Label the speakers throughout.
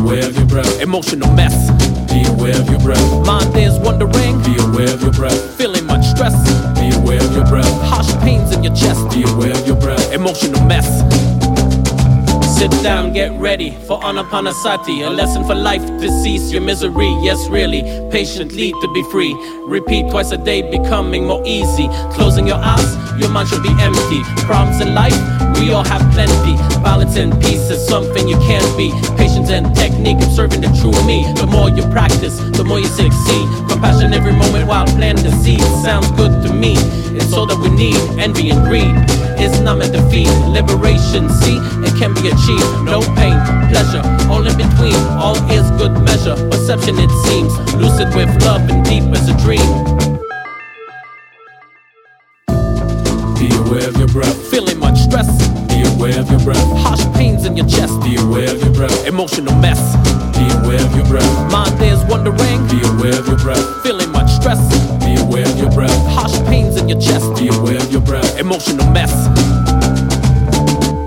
Speaker 1: breath. Emotional mess.
Speaker 2: Be aware of your breath.
Speaker 1: Mind is wondering.
Speaker 2: Be aware of your breath.
Speaker 1: Feeling much stress.
Speaker 2: Be aware of your breath.
Speaker 1: Harsh pains in your chest.
Speaker 2: Be aware of your breath.
Speaker 1: Emotional mess. Sit down, get ready for Anapanasati, a lesson for life, disease, your misery. Yes, really, patiently to be free. Repeat twice a day, becoming more easy. Closing your eyes, your mind should be empty. Problems in life, we all have plenty. Balance and peace is something you can't be. Patience and technique, observing the true me. The more you practice, the more you succeed. Compassion every moment while planting the seed. Sounds good to me. It's all that we need. Envy and greed is numb and defeat. Liberation, see, it can be achieved. No pain, pleasure, all in between. All is good measure. Perception, it seems. Lucid with love and deep as a dream.
Speaker 2: Be aware of your breath.
Speaker 1: Feeling much stress,
Speaker 2: Be aware of your breath.
Speaker 1: harsh pains in your chest.
Speaker 2: Be aware of your breath.
Speaker 1: Emotional mess.
Speaker 2: Be aware of your breath.
Speaker 1: Mind is wondering.
Speaker 2: Be aware of your breath.
Speaker 1: Feeling much stress,
Speaker 2: Be aware of your breath.
Speaker 1: harsh pains in your chest.
Speaker 2: Be aware of your breath.
Speaker 1: Emotional mess.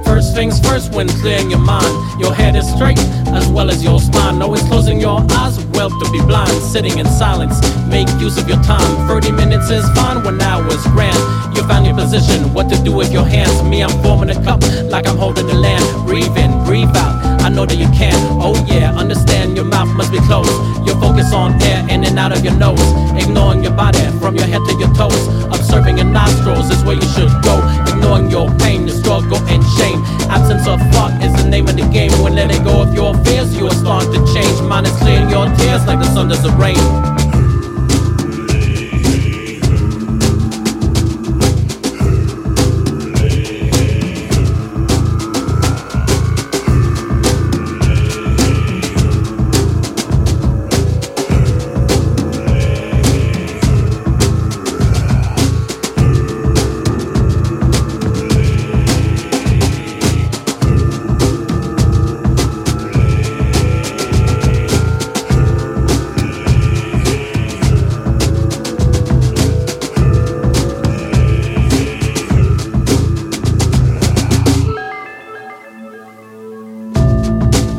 Speaker 1: First things first when clearing your mind. Your head is straight as well as your spine. Always closing your eyes, well to be blind. Sitting in silence, make use of your time. 30 minutes is fine, one hour is grand. You found your position, what to do with your hands. Me, I'm forming a cup like I'm holding the land. Breathe in, breathe out. I know that you can. Oh yeah, understand your mouth must be closed. Your focus on air in and out of your nose. Ignoring your body from your head to your toes. Observing your nostrils is where you should go. Ignoring your pain, the struggle and shame. Absence of thought is the name of the game. When letting go of your fears, you are starting to change. Mine is clearing your tears like the sun does the rain.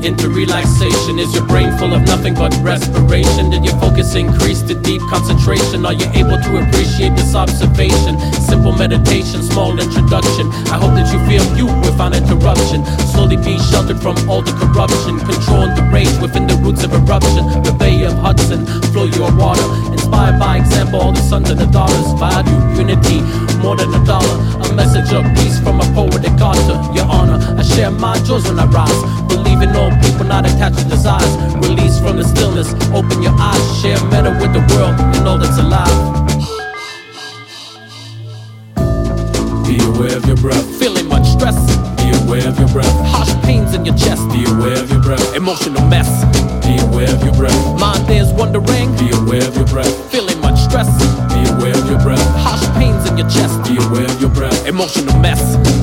Speaker 1: Into relaxation is your brain full of nothing but respiration. Did your focus increase to deep concentration? Are you able to appreciate this observation? Simple meditation, small introduction. I hope that you feel you without interruption. Slowly be sheltered from all the corruption. Controlling the rage within the roots of eruption. The Bay of Hudson, flow your water. Inspired by example, all the sons and the daughters. Value unity, more than a dollar. A message of peace from a poetic author. Your honor, I share my joys when I rise. Believe in all people, not attached to desires. Release from the stillness, open your eyes, share matter with the world and all that's alive.
Speaker 2: Be aware of your breath.
Speaker 1: Feeling much stress,
Speaker 2: Be aware of your breath.
Speaker 1: harsh pains in your chest,
Speaker 2: Be aware of your breath.
Speaker 1: emotional mess.
Speaker 2: Be aware of your breath.
Speaker 1: Mind is wondering,
Speaker 2: Be aware of your breath.
Speaker 1: feeling much stress,
Speaker 2: Be aware of your breath.
Speaker 1: harsh pains in your chest,
Speaker 2: Be aware of your breath.
Speaker 1: emotional mess.